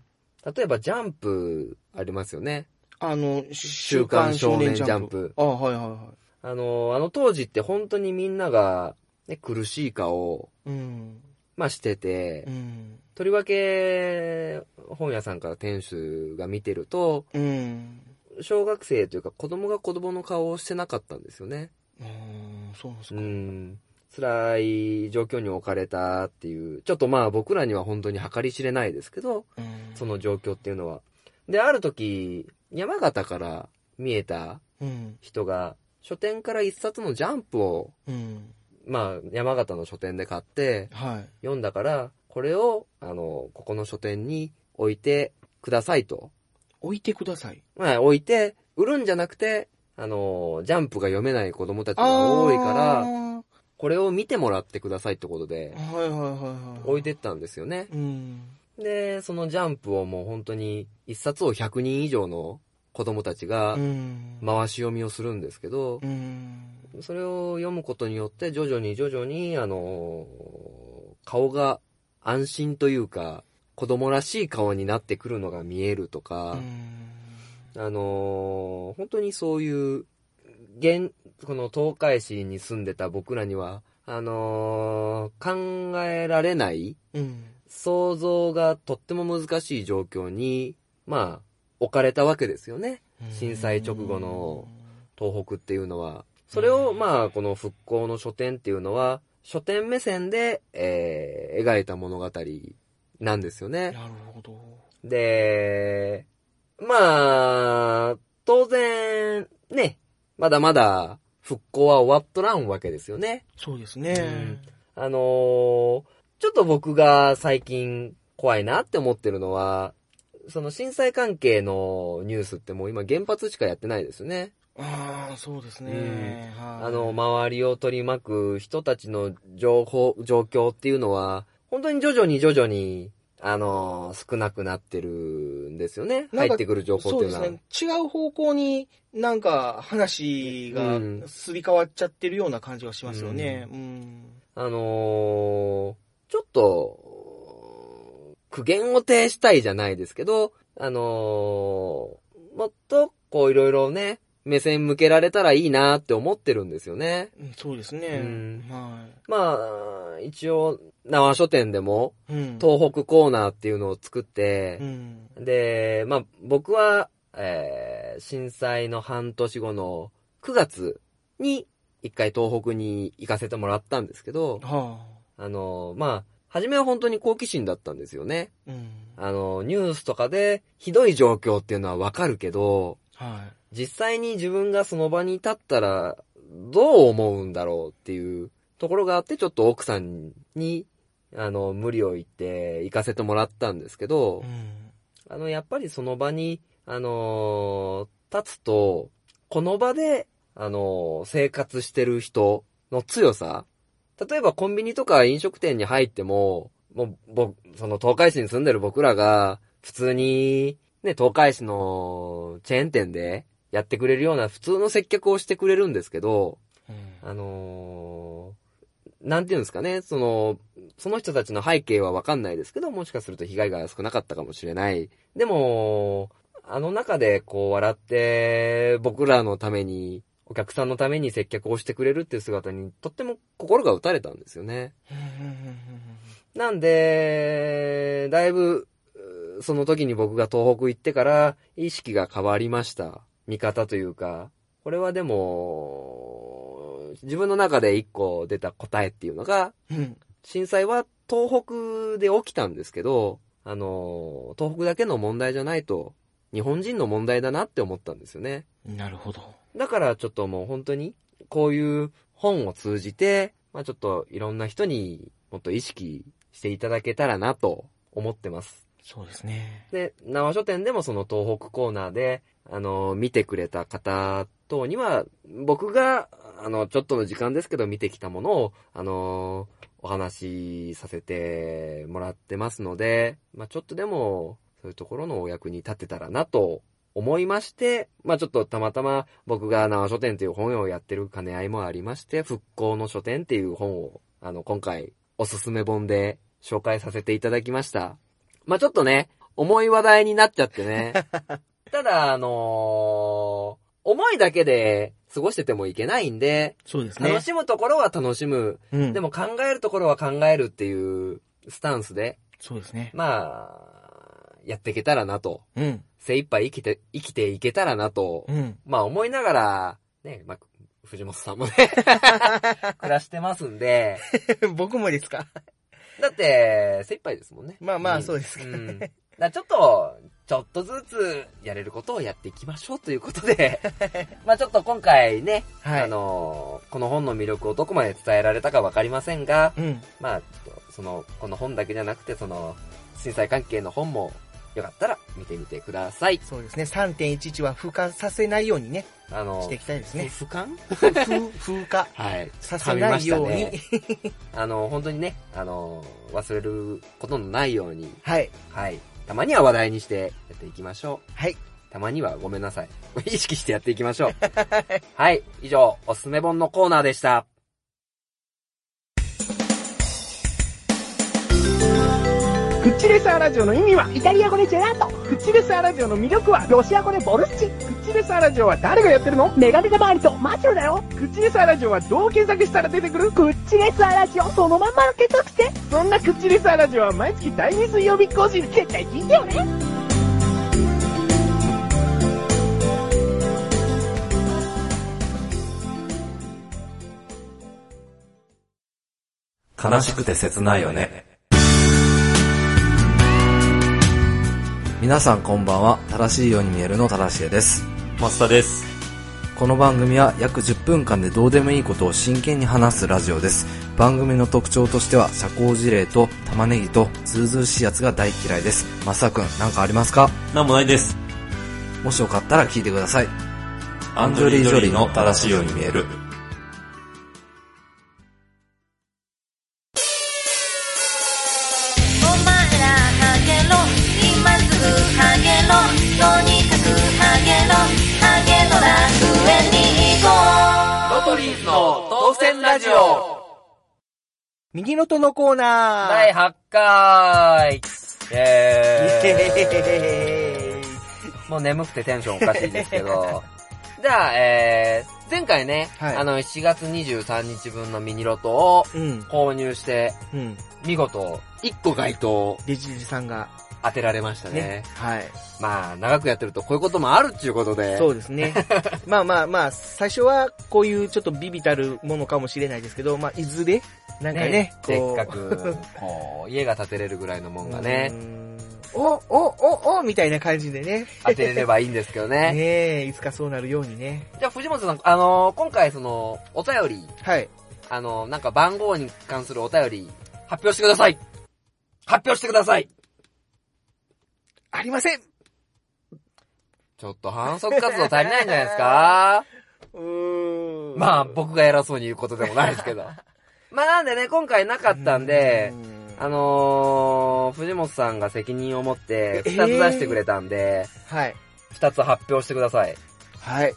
S2: 例えばジャンプありますよね。
S3: あの、し
S2: 週刊少年ジャンプ
S3: あはいはいは
S2: あの、あの当時って本当にみんなが、ね、苦しい顔を、
S3: い。うん。
S2: まあ、してて
S3: う、ん。
S2: とりわけ本屋さんから店主が見てると、
S3: うん。
S2: 小学生というか子供が子供の顔をしてなかったんですよね。
S3: うーん、そうなんです
S2: う
S3: か。
S2: ん。辛い状況に置かれたっていう、ちょっとまあ僕らには本当に計り知れないですけど、
S3: うん
S2: その状況っていうのは。で、ある時、山形から見えた
S3: うん。
S2: 人が、書店から一冊のジャンプを
S3: うん。
S2: まあ、山形の書店で買って、
S3: はい。
S2: 読んだから、これを、あの、ここの書店に置いてくださいと。
S3: 置いてください。
S2: まあ、置いて、売るんじゃなくて、あの、ジャンプが読めない子供たちが多いから、
S3: は
S2: これを見てもらってくださいってこと
S3: い
S2: で、
S3: はいはいはい。
S2: 置いてったんですよね。
S3: うん。
S2: で、そのジャンプをもう本当に、一冊を100人以上の子供たちが
S3: う、ん。
S2: 回し読みをするんですけど
S3: う、ん。
S2: それを読むことによって、徐々に徐々に、あのー顔が安心というか、子供らしい顔になってくるのが見えると
S3: う
S2: か、
S3: ん
S2: あのー本当にそういう、現、この東海市に住んでた僕らには、あのー考えられない、
S3: うん。
S2: 想像がとっても難しい状況に、まあ、置かれたわけですよね。震災直後の東北っていうのは。それを、まあ、この復興の書店っていうのは、書店目線で、えー描いた物語なんですよね。
S3: なるほど。
S2: で、まあ、当然、ね、まだまだ復興は終わっとらんわけですよね。
S3: そうですね。
S2: あのーちょっと僕が最近怖いなって思ってるのは、その震災関係のニュースってもう今原発しかやってないですよね。
S3: ああ、そうですね。はい
S2: あの、、周りを取り巻く人たちの情報、状況っていうのは、本当に徐々に徐々に、あの、少なくなってるんですよね。
S3: なんか
S2: 入ってくる情報っ
S3: そ
S2: て
S3: う
S2: いう
S3: で
S2: の
S3: す
S2: は。
S3: ね。違う方向になんか話が
S2: うん
S3: すり替わっちゃってるような感じがしますよね。うん。
S2: あのーちょっと、苦言を呈したいじゃないですけど、あのーもっと、こういろいろね、目線向けられたらいいなって思ってるんですよね。
S3: うんそうですね。
S2: うん
S3: は
S2: まあ、一応、縄書店でも、
S3: い。うん。
S2: 東北コーナーっていうのを作って
S3: う、ん。
S2: で、まあ、僕は、えー震災の半年後の9月に一回東北に行かせてもらったんですけど、
S3: は
S2: あの、まあ、初めは本当に好奇心だったんですよね。
S3: あ。うん。
S2: あの、ニュースとかでひどい状況っていうのはわかるけど、
S3: は
S2: 実際に自分がその場に立ったらどう思うんだろうっていうところがあって、ちょっと奥さんに、あの、無理を言って行かせてもらったんですけど、
S3: い。うん。
S2: あの、やっぱりその場に、あのー立つと、この場で、あのー生活してる人の強さ。例えばコンビニとか飲食店に入っても、もう、僕、その東海市に住んでる僕らが、普通に、ね、東海市のチェーン店でやってくれるような普通の接客をしてくれるんですけど、あのーなんていうんですかね、その、その人たちの背景はわかんないですけど、もしかすると被害が少なかったかもしれない。でも、あの中でこう笑って、僕らのために、お客さんのために接客をしてくれるっていう姿に、とっても心が打たれたんですよね。
S3: うんうんうんうん
S2: なんで、だいぶ、うその時に僕が東北行ってから、意識が変わりました。見方というか、これはでも、自分の中で一個出た答えっていうのが、
S3: うん。
S2: 震災は東北で起きたんですけど、あの、東北だけの問題じゃないと、日本人の問題だなって思ったんですよね。
S3: なるほど。
S2: だからちょっともう本当に、こういう本を通じて、まあちょっといろんな人にもっと意識していただけたらなと思ってます。
S3: そうですね。
S2: で、縄書店でもその東北コーナーで、あの、見てくれた方等には、僕が、あの、ちょっとの時間ですけど見てきたものを、あの、お話しさせてもらってますので、まあちょっとでも、そういうところのお役に立てたらなと思いまして、まあちょっとたまたま僕が縄書店という本をやってる兼ね合いもありまして、復興の書店っていう本を、あの、今回、おすすめ本で紹介させていただきました。まあちょっとね、重い話題になっちゃって ね。ただ、あのー思いだけで過ごしててもいけないんで、
S3: そうですね
S2: 楽。しむところは楽しむ。
S3: うん。
S2: で、も考えるところは考えるっていうスタンスで、
S3: そうですね。
S2: まあ、やっていけたらなと。
S3: うん。
S2: 精一杯生きて、生きていけたらなと
S3: うん。
S2: まあ思いながら、ね、まあ、藤本さんもね、暮らしてますんで、
S3: 僕もですか
S2: だって、精一杯ですもんね。
S3: まあまあそうですけ
S2: う
S3: ど
S2: ん。うんだからちょっと、ちょっとずつやれることをやっていきましょうということ で、まあちょっと今回ね、
S3: はい
S2: あのこの本の魅力をどこまで伝えられたかわかりませんが、
S3: うん。
S2: まあちょっと、その、この本だけじゃなくて、その、震災関係の本も、よかったら見てみてください。
S3: そうですね。3.11は風化させないようにね、
S2: あの
S3: していきたいですね。
S2: 俯瞰
S3: 風、 風化
S2: はい。
S3: させないよう
S2: 噛み
S3: に
S2: ま。しあの、本当にね、あの、忘れることのないように、
S3: はい。
S2: はい。たまには話題にしてやっていきましょう。
S3: はい。
S2: たまにはごめんなさい。 意識してやっていきましょう。はい。以上、おすすめ本のコーナーでした。
S12: クッチレスアーラジオの意味はイタリア語でジェラートクッチレスアーラジオの魅力はロシア語でボルシチクッチレスアーラジオは誰がやってるのメガネタ周りとマチロだよクッチレスアーラジオはどう検索したら出てくるクッチレスアーラジオそのまんま検索してそんなクッチレスアーラジオは毎月第2水曜日更新絶対聞いてよね
S13: 悲しくて切ないよね。皆さんこんばんは。正しいように見えるの正しいです。
S14: 松田です。
S13: この番組は約10分間でどうでもいいことを真剣に話すラジオです。番組の特徴としては社交辞令と玉ねぎとズ々しいやつが大嫌いです。まさくん、なんかありますか
S14: なんもないです。
S13: もしよかったら聞いてください。
S14: アンジョリー・ジョリーの正しいように見える。
S6: お前らハゲろ今すぐハゲろとにかくハゲろハゲの楽園に行こう
S2: ロトリーズの当選ラジオ
S3: 右のとのコーナー。
S2: 第8回
S3: イ
S2: え
S3: エーイ
S2: ー、もう眠くてテンションおかしいですけど。 じゃあ、えー、前回ね、
S3: はい
S2: あの、7月23日分のミニロトを
S3: うん。
S2: 購入して、
S3: うん。
S2: 見事、1個該当
S3: デジデジさんが、
S2: 当てられましたね。
S3: ね。はい。
S2: まあ、長くやってるとこういうこともあるっていうことで。
S3: そうで すね。まあまあまあ、最初はこういうちょっとビビたるものかもしれないですけど、まあ、いずれ、なんかね、
S2: せっ
S3: こう。
S2: か く、こう、家が建てれるぐらいのもんが
S3: うー
S2: ね、
S3: ん。お、お、お、お、みたいな感じでね。
S2: 当てれればいいんですけど
S3: ね
S2: ね。
S3: え、いつかそうなるようにね。
S2: じゃあ、藤本さん、あのー今回その、お便り、
S3: はい。
S2: あのーなんか番号に関するお便り、発表してください発表してください
S3: ありません
S2: ちょっと反則活動足りないんじゃないです か
S3: うーん。
S2: まあ、僕が偉そうに言うことでもないですけど。 まあ、なんでね、今回なかったんで
S3: う、ん
S2: あのー、藤本さんが責任を持って、二つ出してくれたんで、
S3: はい。
S2: 二つ発表してください。
S3: はい。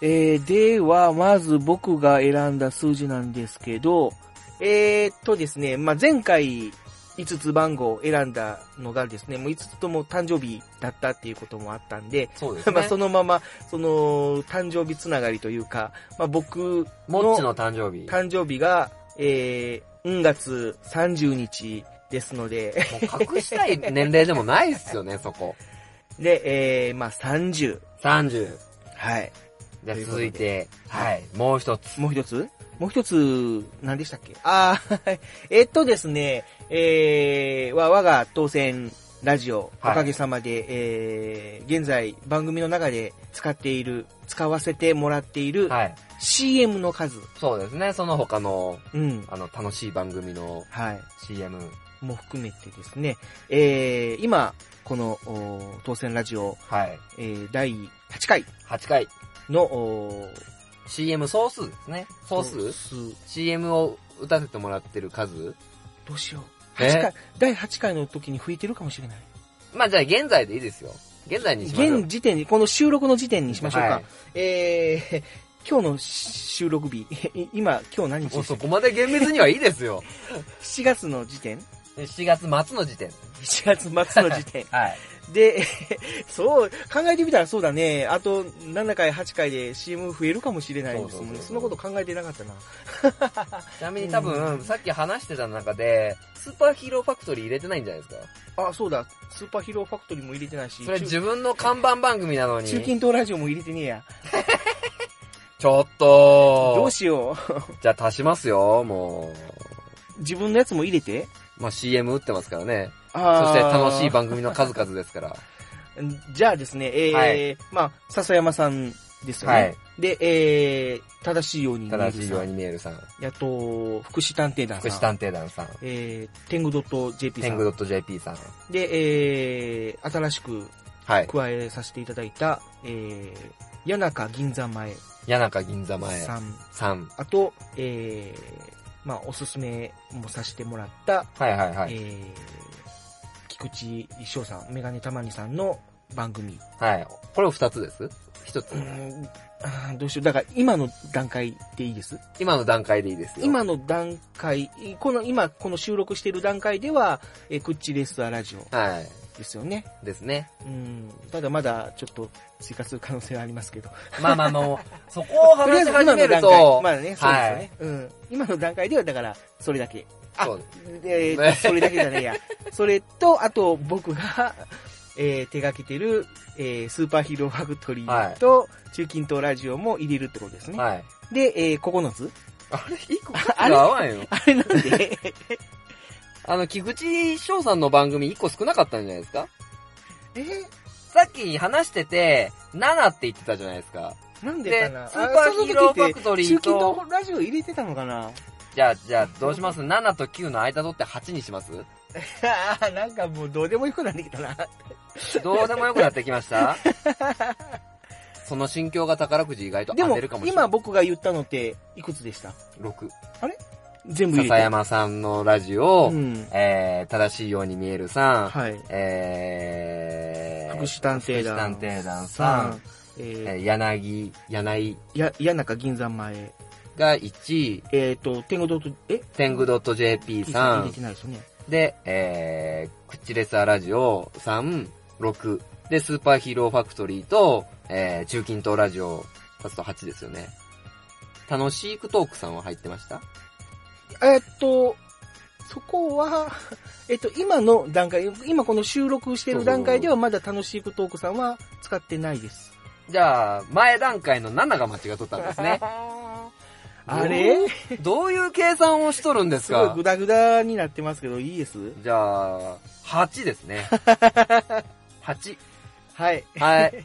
S3: えー、では、まず僕が選んだ数字なんですけど、えーっとですね、まあ、前回5つ番号を選んだのがですね、もう5つとも誕生日だったっていうこともあったんで、
S2: そう ですね。
S3: まあ、そのまま、その、誕生日つながりというか、まあ、僕
S2: もっち
S3: の
S2: の誕生日。
S3: 誕生日が、えー、うん月30日ですので。
S2: 隠したい年齢でもないっすよね、そこ。
S3: で、えー、まあ30。
S2: 30。
S3: はい。
S2: じゃあ続いて、はい、もう一つ。
S3: もう一つもう一つ、何でしたっけあーはいえっとですね、えー、わ、我が当選ラジオ、
S2: はい
S3: おかげさまで、えー、現在番組の中で使っている、使わせてもらっている、CM の数。
S2: そうですね、その他の、
S3: うん
S2: あの、楽しい番組の、
S3: はい。
S2: CM。
S3: も含めてですね、えー、今、この、お当選ラジオ、
S2: はい。
S3: えー、第8回。
S2: 8回。
S3: の、お
S2: CM 総数ですね。総数 ?CM を打たせてもらってる数
S3: どうしよう。
S2: え
S3: 8回、第8回の時に吹いてるかもしれない。
S2: まあじゃあ現在でいいですよ。現在にしましょう。
S3: 現時点に、この収録の時点にしましょうか。
S2: はい
S3: えー、今日の収録日、 い今、今日何日
S2: もう
S3: でした
S2: そ
S3: っけ
S2: こまで厳密にはいいですよ。
S3: 7月の時点
S2: 7月末の時点。
S3: 7月末の時点。
S2: はい。
S3: で、そう、考えてみたらそうだね。あと、7回、8回で CM 増えるかもしれないですもんね。そんなこと考えてなかったな。
S2: ちなみに多分、さっき話してた中で、スーパーヒーローファクトリー入れてないんじゃないですか
S3: あ、そうだ。スーパーヒーローファクトリーも入れてないし。
S2: それ自分の看板番組なのに。
S3: 中近東ラジオも入れてねえや。
S2: ちょっと。
S3: どうしよう。
S2: じゃあ足しますよ、も
S3: 自分のやつも入れて
S2: う。まあ CM 打ってますからね。そ
S3: あ
S2: し
S3: ー
S2: て楽しい番組の数々ですから。
S3: じゃあですね、えー
S2: はい
S3: まあ、笹山さんですよね。
S2: はい
S3: で、えー、正しいように見えるさん
S2: 正しいように見えるさん。
S3: やっと、福祉探偵団さん。
S2: 福祉探偵団さん。
S3: えー、天狗 .jp さん。
S2: 天狗 .jp さん。
S3: で、えー、新しく、加えさせていただいた、えー、谷中銀座前。
S2: 谷中銀座前。
S3: さん。
S2: さん。
S3: あと、えー、まあ、おすすめもさせてもらった、
S2: はいはいはい
S3: えー、菊池翔さん、メガネたまにさんの番組。
S2: はい。これを二つです一つ。
S3: あーどうしよう。だから、今の段階でいいです
S2: 今の段階でいいですよ。
S3: 今の段階、この、今、この収録している段階では、えー、クッチレスアラジオ
S2: はい。
S3: ですよね。
S2: ですね。
S3: うん。ただまだ、ちょっと、追加する可能性はありますけど。
S2: まあまあも う、そこを話し始める
S3: とりあえず今の段階
S2: と、
S3: まあね、そうですよね。うん。今の段階では、だから、それだけ。あ、え
S2: ね
S3: ー、それだけじゃね えや。それと、あと、僕が、えー、手がけてる、えー、スーパーヒーローファクトリーと、中近東ラジオも入れるってことですね。
S2: はい。
S3: で、えー、9つ
S2: あれ、一個数が合わんよ。
S3: あれなん で
S2: あの、菊池翔さんの番組一個少なかったんじゃないですか
S3: え
S2: さっき話してて、7って言ってたじゃないですか。
S3: なんでかな
S2: でスーパーヒーローファクトリーと
S3: あその時って中近東ラジオ入れてたのか な
S2: じゃあ、じゃあ、どうします ?7 と9の間取って8にします
S3: あーなんかもうどうでもよくなってきたな。
S2: どうでもよくなってきました その心境が宝くじ意外と
S3: で
S2: 当
S3: も
S2: てるかも、しれない。
S3: 今僕が言ったのって、いくつでした
S2: 6。
S3: あれ全部入れ
S2: 笹
S3: た。
S2: 山さんのラジオ、
S3: うん
S2: えー、正しいように見えるさん、
S3: はい
S2: えー、
S3: 福祉探偵団
S2: 福祉探偵団さん、
S3: え
S2: えー柳、柳
S3: や、谷中銀座前。
S2: が1位、
S3: えっ、と、天狗 .jp、え
S2: 天狗 .jp さ
S3: 入れ
S2: ん
S3: て、ないですよね。
S2: で、えー、クッチレスアラジオ3、6、で、スーパーヒーローファクトリーと、えー、中近東ラジオ、足すと8ですよね。楽しいクトークさんは入ってました
S3: えっと、そこは、 えっと、今の段階、今この収録してる段階ではまだ楽しいクトークさんは使ってないです。
S2: じゃあ、前段階の7が間違っとったんですね。
S3: あれ
S2: どういう計算をしとるんです
S3: すごい
S2: か
S3: グダグダになってますけど、いいです
S2: じゃあ、8です ね。8。
S3: はい。
S2: はい。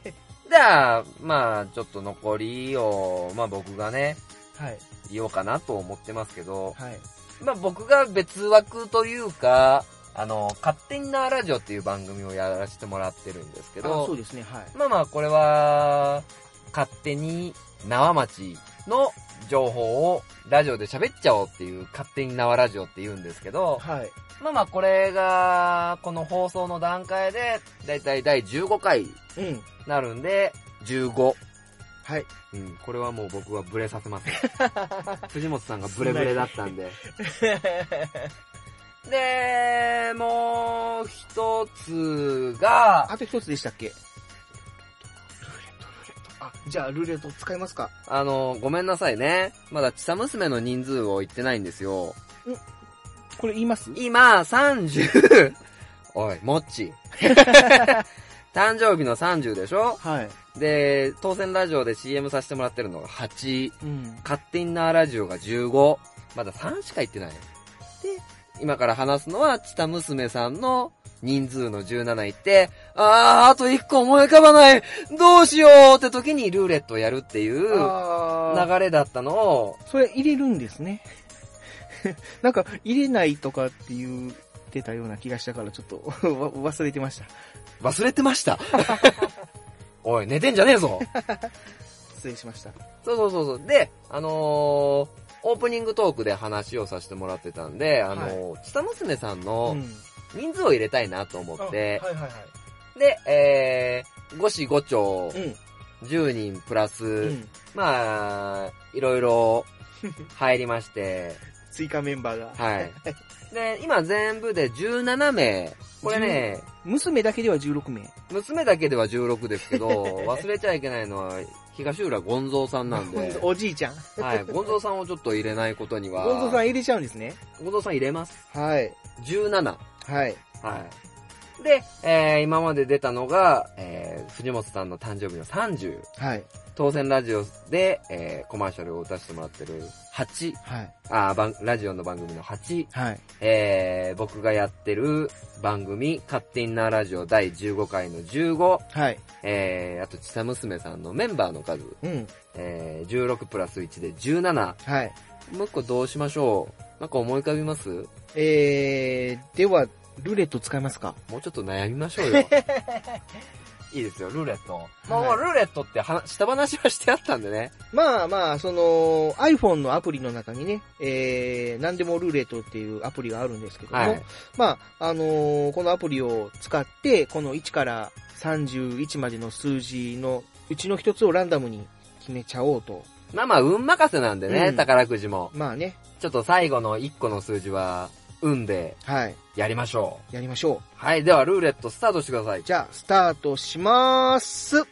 S2: じゃあ、まあ、ちょっと残りを、まあ僕がね、
S3: はい。
S2: 言おうかなと思ってますけど、
S3: はい。
S2: まあ僕が別枠というか、あの、勝手になラジオっていう番組をやらせてもらってるんですけ
S3: あ
S2: ど、
S3: そうですね、はい。
S2: まあまあこれは、勝手に縄町の情報をラジオで喋っちゃおうっていう、勝手に縄ラジオって言うんですけど、
S3: はい。
S2: まあまあこれが、この放送の段階で、だいたい第15回
S3: うん。
S2: なるんで、15。
S3: はい。
S2: うん、これはもう僕はブレさせ ません。藤本さんがブレブレだったんで。 で、もう一つが、
S3: あと一つでしたっけあ、じゃあルーレット使いますか。
S2: あの、ごめんなさいね。まだ、ちさ娘の人数を言ってないんですよ。
S3: これ言います
S2: 今、30、おい、もっ ち。誕生日の30でしょ
S3: はい。
S2: で、当選ラジオで CM させてもらってるのが8、
S3: うん。
S2: 勝手になラジオが15、まだ3しか言ってない。で、今から話すのは、チタ娘さんの人数の17言って、あー、あと1個思い浮かばないどうしようって時にルーレットをやるっていう
S3: あ
S2: 流れだったのを、
S3: ーそれ入れるんですね。 なんか、入れないとかって言ってたような気がしたから、ちょっと わ忘れてました。
S2: 忘れてま した。おい、寝てんじゃねえぞ。
S3: 失礼しました。
S2: そうそうそうそう。で、あのーオープニングトークで話をさせてもらってたんで、あのー、チタ娘さんの
S3: うん
S2: 人数を入れたいなと思
S3: あ
S2: って、
S3: はいはいはい。
S2: で、えー、5子5丁、
S3: うん
S2: 10人プラス、
S3: うん
S2: まあ、いろいろ入りま して、
S3: 追加メンバーが。
S2: はい。で、今全部で17名。これね、
S3: 娘だけでは16名。
S2: 娘だけでは16ですけど、 忘れちゃいけないのは、東浦ゴンゾーさんなんで、
S3: おじいちゃん。
S2: はい、ゴンゾーさんをちょっと入れないことには、
S3: ゴンゾさん入れちゃうんですね。
S2: ゴンゾーさん入れます。
S3: はい。
S2: 17。
S3: はい。
S2: はい。で、えー今まで出たのが、えー藤本さんの誕生日の30。
S3: はい。
S2: 当選ラジオで、えーコマーシャルを出してもらってる8。
S3: はい。
S2: あー番ラジオの番組の8。
S3: はい。
S2: えー僕がやってる番組、勝手になラジオ第15回の15。
S3: はい。
S2: えーあと、ちさ娘さんのメンバーの数。
S3: うん。
S2: えー16プラス1で17。
S3: はい。
S2: もう一個どうしましょうなんか思い浮かびます
S3: えー、では、ルーレット使いますか
S2: もうちょっと悩みましょうよ。 いいですよ、ルーレット。もう、
S3: はい
S2: ルーレットって話、下話はしてあったんでね。
S3: まあまあ、その、iPhone のアプリの中にね、えー、なんでもルーレットっていうアプリがあるんですけども、
S2: はい。
S3: まあ、あのーこのアプリを使って、この1から31までの数字のうちの一つをランダムに決めちゃおうと。
S2: まあまあ、運任せなんでね、
S3: うん
S2: 宝くじも。
S3: まあね、
S2: ちょっと最後の1個の数字は、運で
S3: はい、
S2: やりましょ
S3: やりましょ。。
S2: う。はい、ではルーレットスタートしてくださいう
S3: じゃあ、スタートしまーす。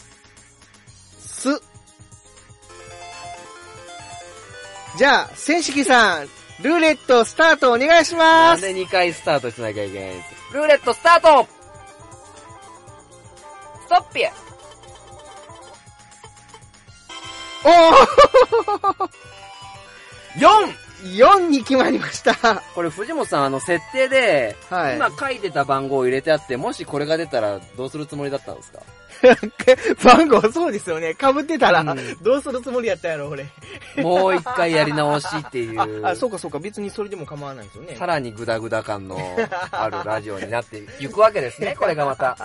S3: す。じゃあ、千式さん、ルーレットスタートお願いしま
S2: なん
S3: す。
S2: で2回スタートしなきゃいけないんですルーレットスタートストッピー
S3: おー
S2: 4!
S3: !4 に決まりました。
S2: これ藤本さん、あの、設定で、
S3: はい。
S2: 今書いてた番号を入れてあって、もしこれが出たらどうするつもりだったんですか
S3: 番号そうですよね。被ってたら、
S2: うん
S3: どうするつもりやったやろ、俺。
S2: もう一回やり直しっていう。
S3: あ、あ、そうかそうか、別にそれでも構わないですよね。
S2: さらにグダグダ感 のあるラジオになっていくわけですね、これがまた。
S3: は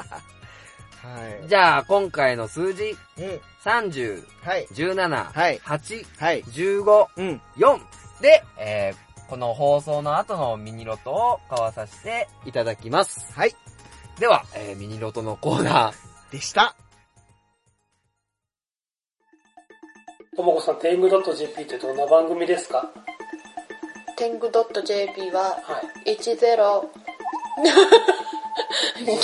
S3: い。
S2: じゃあ、今回の数字、
S3: うん。
S2: 30、
S3: はい。
S2: 17、
S3: はい。
S2: 8、
S3: はい。
S2: 15、
S3: うん。
S2: 4で、えーこの放送の後のミニロトを買わさせていただきます。
S3: はい。
S2: では、えーミニロトのコーナー。
S3: でした。
S15: ともこさん、天狗 .jp ってどんな番組ですか
S16: 天狗 .jp は
S15: は
S16: 10
S15: い。10。はい。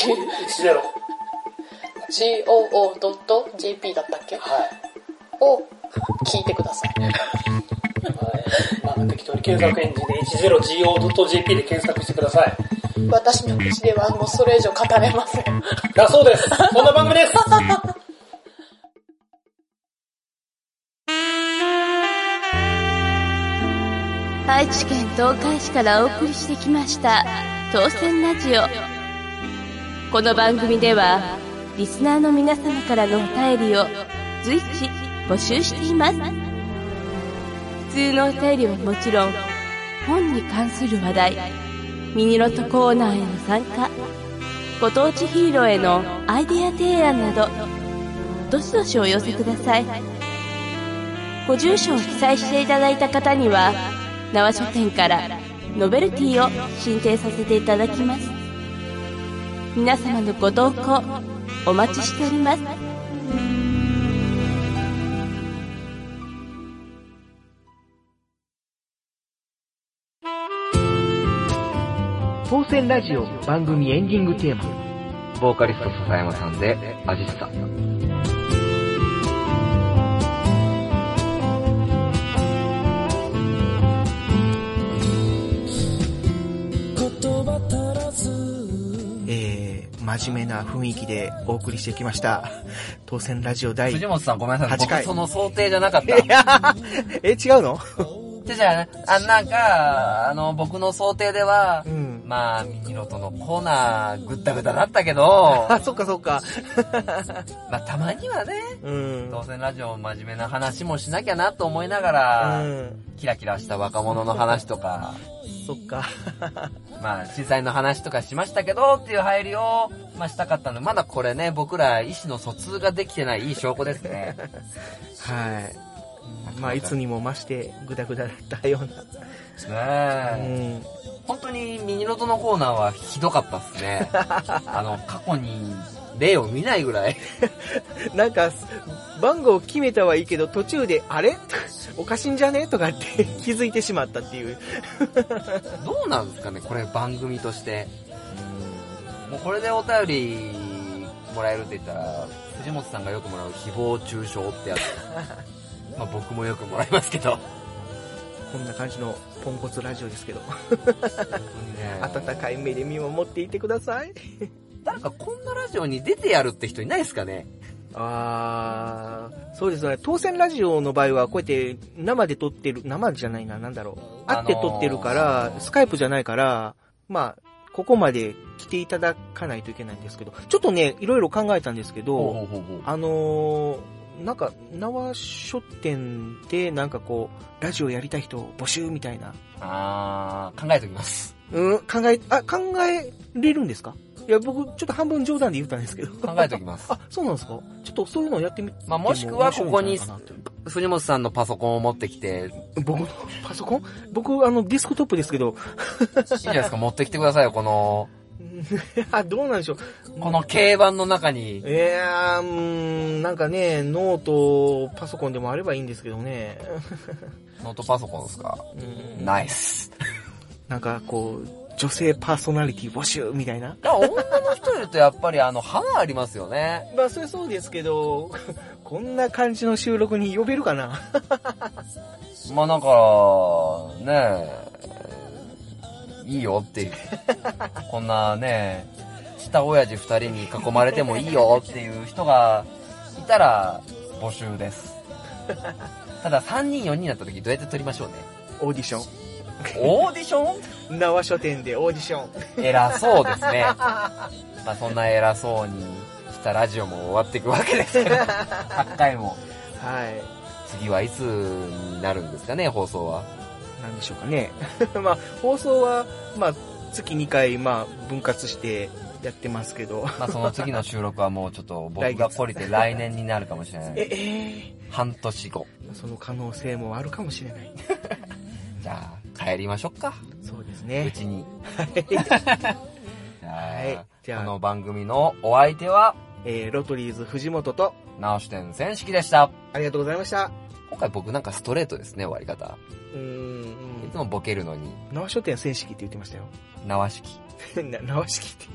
S16: goo.jp だったっけを聞いてください。
S15: まあ、適当に検索エンジンで 10go.jp で検索してください。
S16: 私の口ではもうそれ以上語れません。
S15: だそうです。こんな番組です。
S1: 愛知県東海市からお送りしてきました当選ラジオこの番組ではリスナーの皆様からのお便りを随時募集しています普通のお便りはもちろん本に関する話題ミニロトコーナーへの参加ご当地ヒーローへのアイデア提案などどしどしお寄せくださいご住所を記載していただいた方には縄書店からノベルティを進呈させていただきます皆様のご同行お待ちしております
S17: 当選ラジオ番組エンディングテーマ。
S2: ボーカリスト笹山さんで、アジスタ。
S7: 「
S3: 真面目な雰囲気でお送りしてきました。当選ラジオ第
S2: 藤本さんごめんなさい。
S3: 8
S2: 僕
S3: 回。
S2: その想定じゃな かった。
S3: いや え、違うの
S2: じゃじゃあ、あなんか、あの、僕の想定では、まあ、ミニロトのコーナー、ぐったぐただったけ ど、
S3: あ、そっかそっか。
S2: まあ、たまにはね、
S3: うん。
S2: 当選ラジオ真面目な話もしなきゃなと思いながら、キラキラした若者の話とか、
S3: そっか。
S2: まあ、震災の話とかしましたけど、っていう入りを、まあ、したかったので、まだこれね、僕ら、意思の疎通ができてないいい証拠ですね。
S3: はい。まあ、いつにも増して、グダグダだったよう
S2: ね
S3: な。
S2: え、本当にミニロトのコーナーはひどかったっすね。あの、過去に例を見ないぐらい。
S3: なんか、番号を決めたはいいけど、途中で、あれ おかしいんじゃねとかって 気づいてしまったっていう。
S2: どうなんですかね、これ番組として。もうこれでお便りもらえるって言ったら、藤本さんがよくもらう誹謗中傷ってやつ。 まあ僕もよくもらいますけど。
S3: こんな感じのポンコツラジオですけど。温かい目で見守っていてください。
S2: 誰かこんなラジオに出てやるって人いないですかね
S3: あー、そうですね。当選ラジオの場合は、こうやって生で撮ってる、生じゃないな、なんだろう。
S2: あのー
S3: 会って撮ってるから、スカイプじゃないから、まあ、ここまで来ていただかないといけないんですけど、ちょっとね、いろいろ考えたんですけど、
S2: ほうほうほう
S3: あのー、なんか、縄書店で、なんかこう、ラジオやりたい人募集みたいな。
S2: あー、考えておきます。
S3: うん、考え、あ、考えれるんですかいや、僕、ちょっと半分冗談で言ったんですけど。
S2: 考えておきます。
S3: あ、そうなんですかちょっとそういうのやってみて
S2: まあもしくはここに
S3: 面白いんじゃないかな
S2: 藤本さんのパソコンを持ってきて、
S3: 僕のパソコン僕、あの、ディスクトップですけど。
S2: いいじゃないですか、持ってきてくださいよ、この、
S3: あ、どうなんでしょう。
S2: この軽板の中に。
S3: いやー、うーん、なんかね、ノート、パソコンでもあればいいんですけどね。
S2: ノートパソコンですかナイス。
S3: なんかこう、女性パーソナリティ募集みたいな。
S2: だから女の人いるとやっぱりあの、花ありますよね。
S3: まあ、それそうですけど、 こんな感じの収録に呼べるかな
S2: まあだから、ねえ、いいよっていう。こんなね、下親父二人に囲まれてもいいよっていう人がいたら募集です。ただ3人4人になった時どうやって撮りましょうね。
S3: オーディション。
S2: オーディショ
S3: ン縄書店でオーディション。
S2: 偉そうですね。まあそんな偉そうにしたラジオも終わっていくわけですけど、8回も。
S3: はい。
S2: 次はいつになるんですかね、放送は。
S3: なんでしょうかね。 まあ、放送は、まあ、月2回、まあ、分割してやってますけど。
S2: まあその次の収録はもうちょっ と僕
S3: 来
S2: が
S3: 月
S2: 懲りて来年になるかもしれな
S3: え、え
S2: い。半年後。
S3: ー その可能性もあるかもしれない。
S2: じゃあ、帰りましょうか。
S3: そうですね。
S2: うちに。
S3: はい。じゃあ、
S2: この番組のお相手は、
S3: えー、ロトリーズ藤本と、
S2: 直し店千式でした。
S3: ありがとうございました。
S2: 今回僕なんかストレートですね、終わり方。
S3: うーん。
S2: いつもボケるのに、
S3: 縄書店正式って言ってましたよ。
S2: 縄式、
S3: な縄式って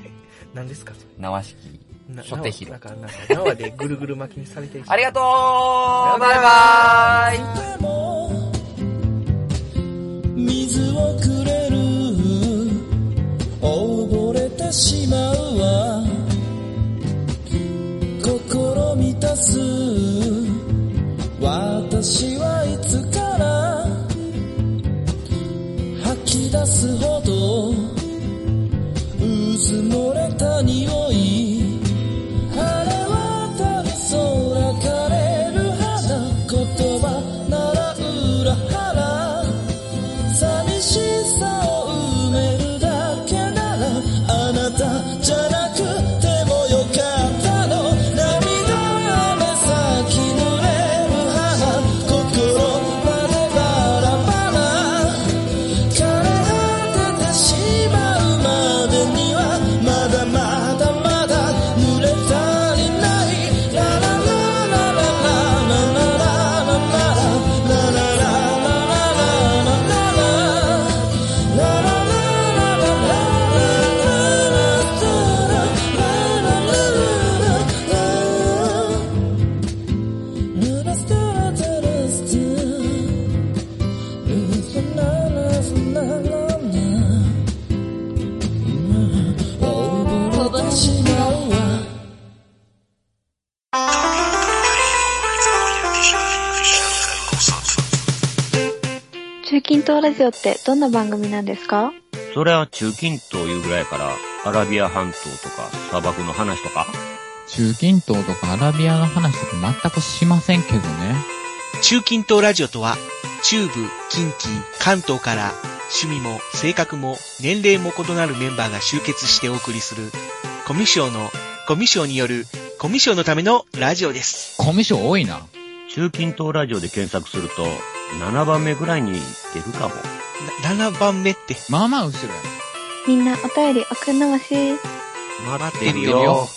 S3: 何ですかそれ
S2: 縄式、
S3: な
S2: 初手広
S3: なん。か、なんか、縄でぐるぐる巻きにされて る人
S2: ありがとうバイバーイ
S7: 水をくれる溺れてしまうわ心満たす私はいつから吐き出すほどうずもれた匂い晴れ渡る空枯れる花言葉なら裏腹寂しさを埋めるだけならあなたじゃなくてもよかったの涙が目先濡れる花心までバラバラ枯れ果て中近東ラジオってどんな番組なんですか
S5: それは中近東いうぐらいから、アラビア半島とか砂漠の話とか。
S4: 中近東とかアラビアの話とか全くしませんけどね。
S3: 中近東ラジオとは、中部、近畿、関東から、趣味も性格も年齢も異なるメンバーが集結してお送りする、コミュ障の、コミュ障による、コミュ障のためのラジオです。
S4: コミュ障多いな。
S5: 中近東ラジオで検索すると、7番目ぐらいに出るかも。
S3: 7番目って。
S4: まあまあ後ろや。
S7: みんなお便り送んなまし。
S5: 待って
S3: るよ。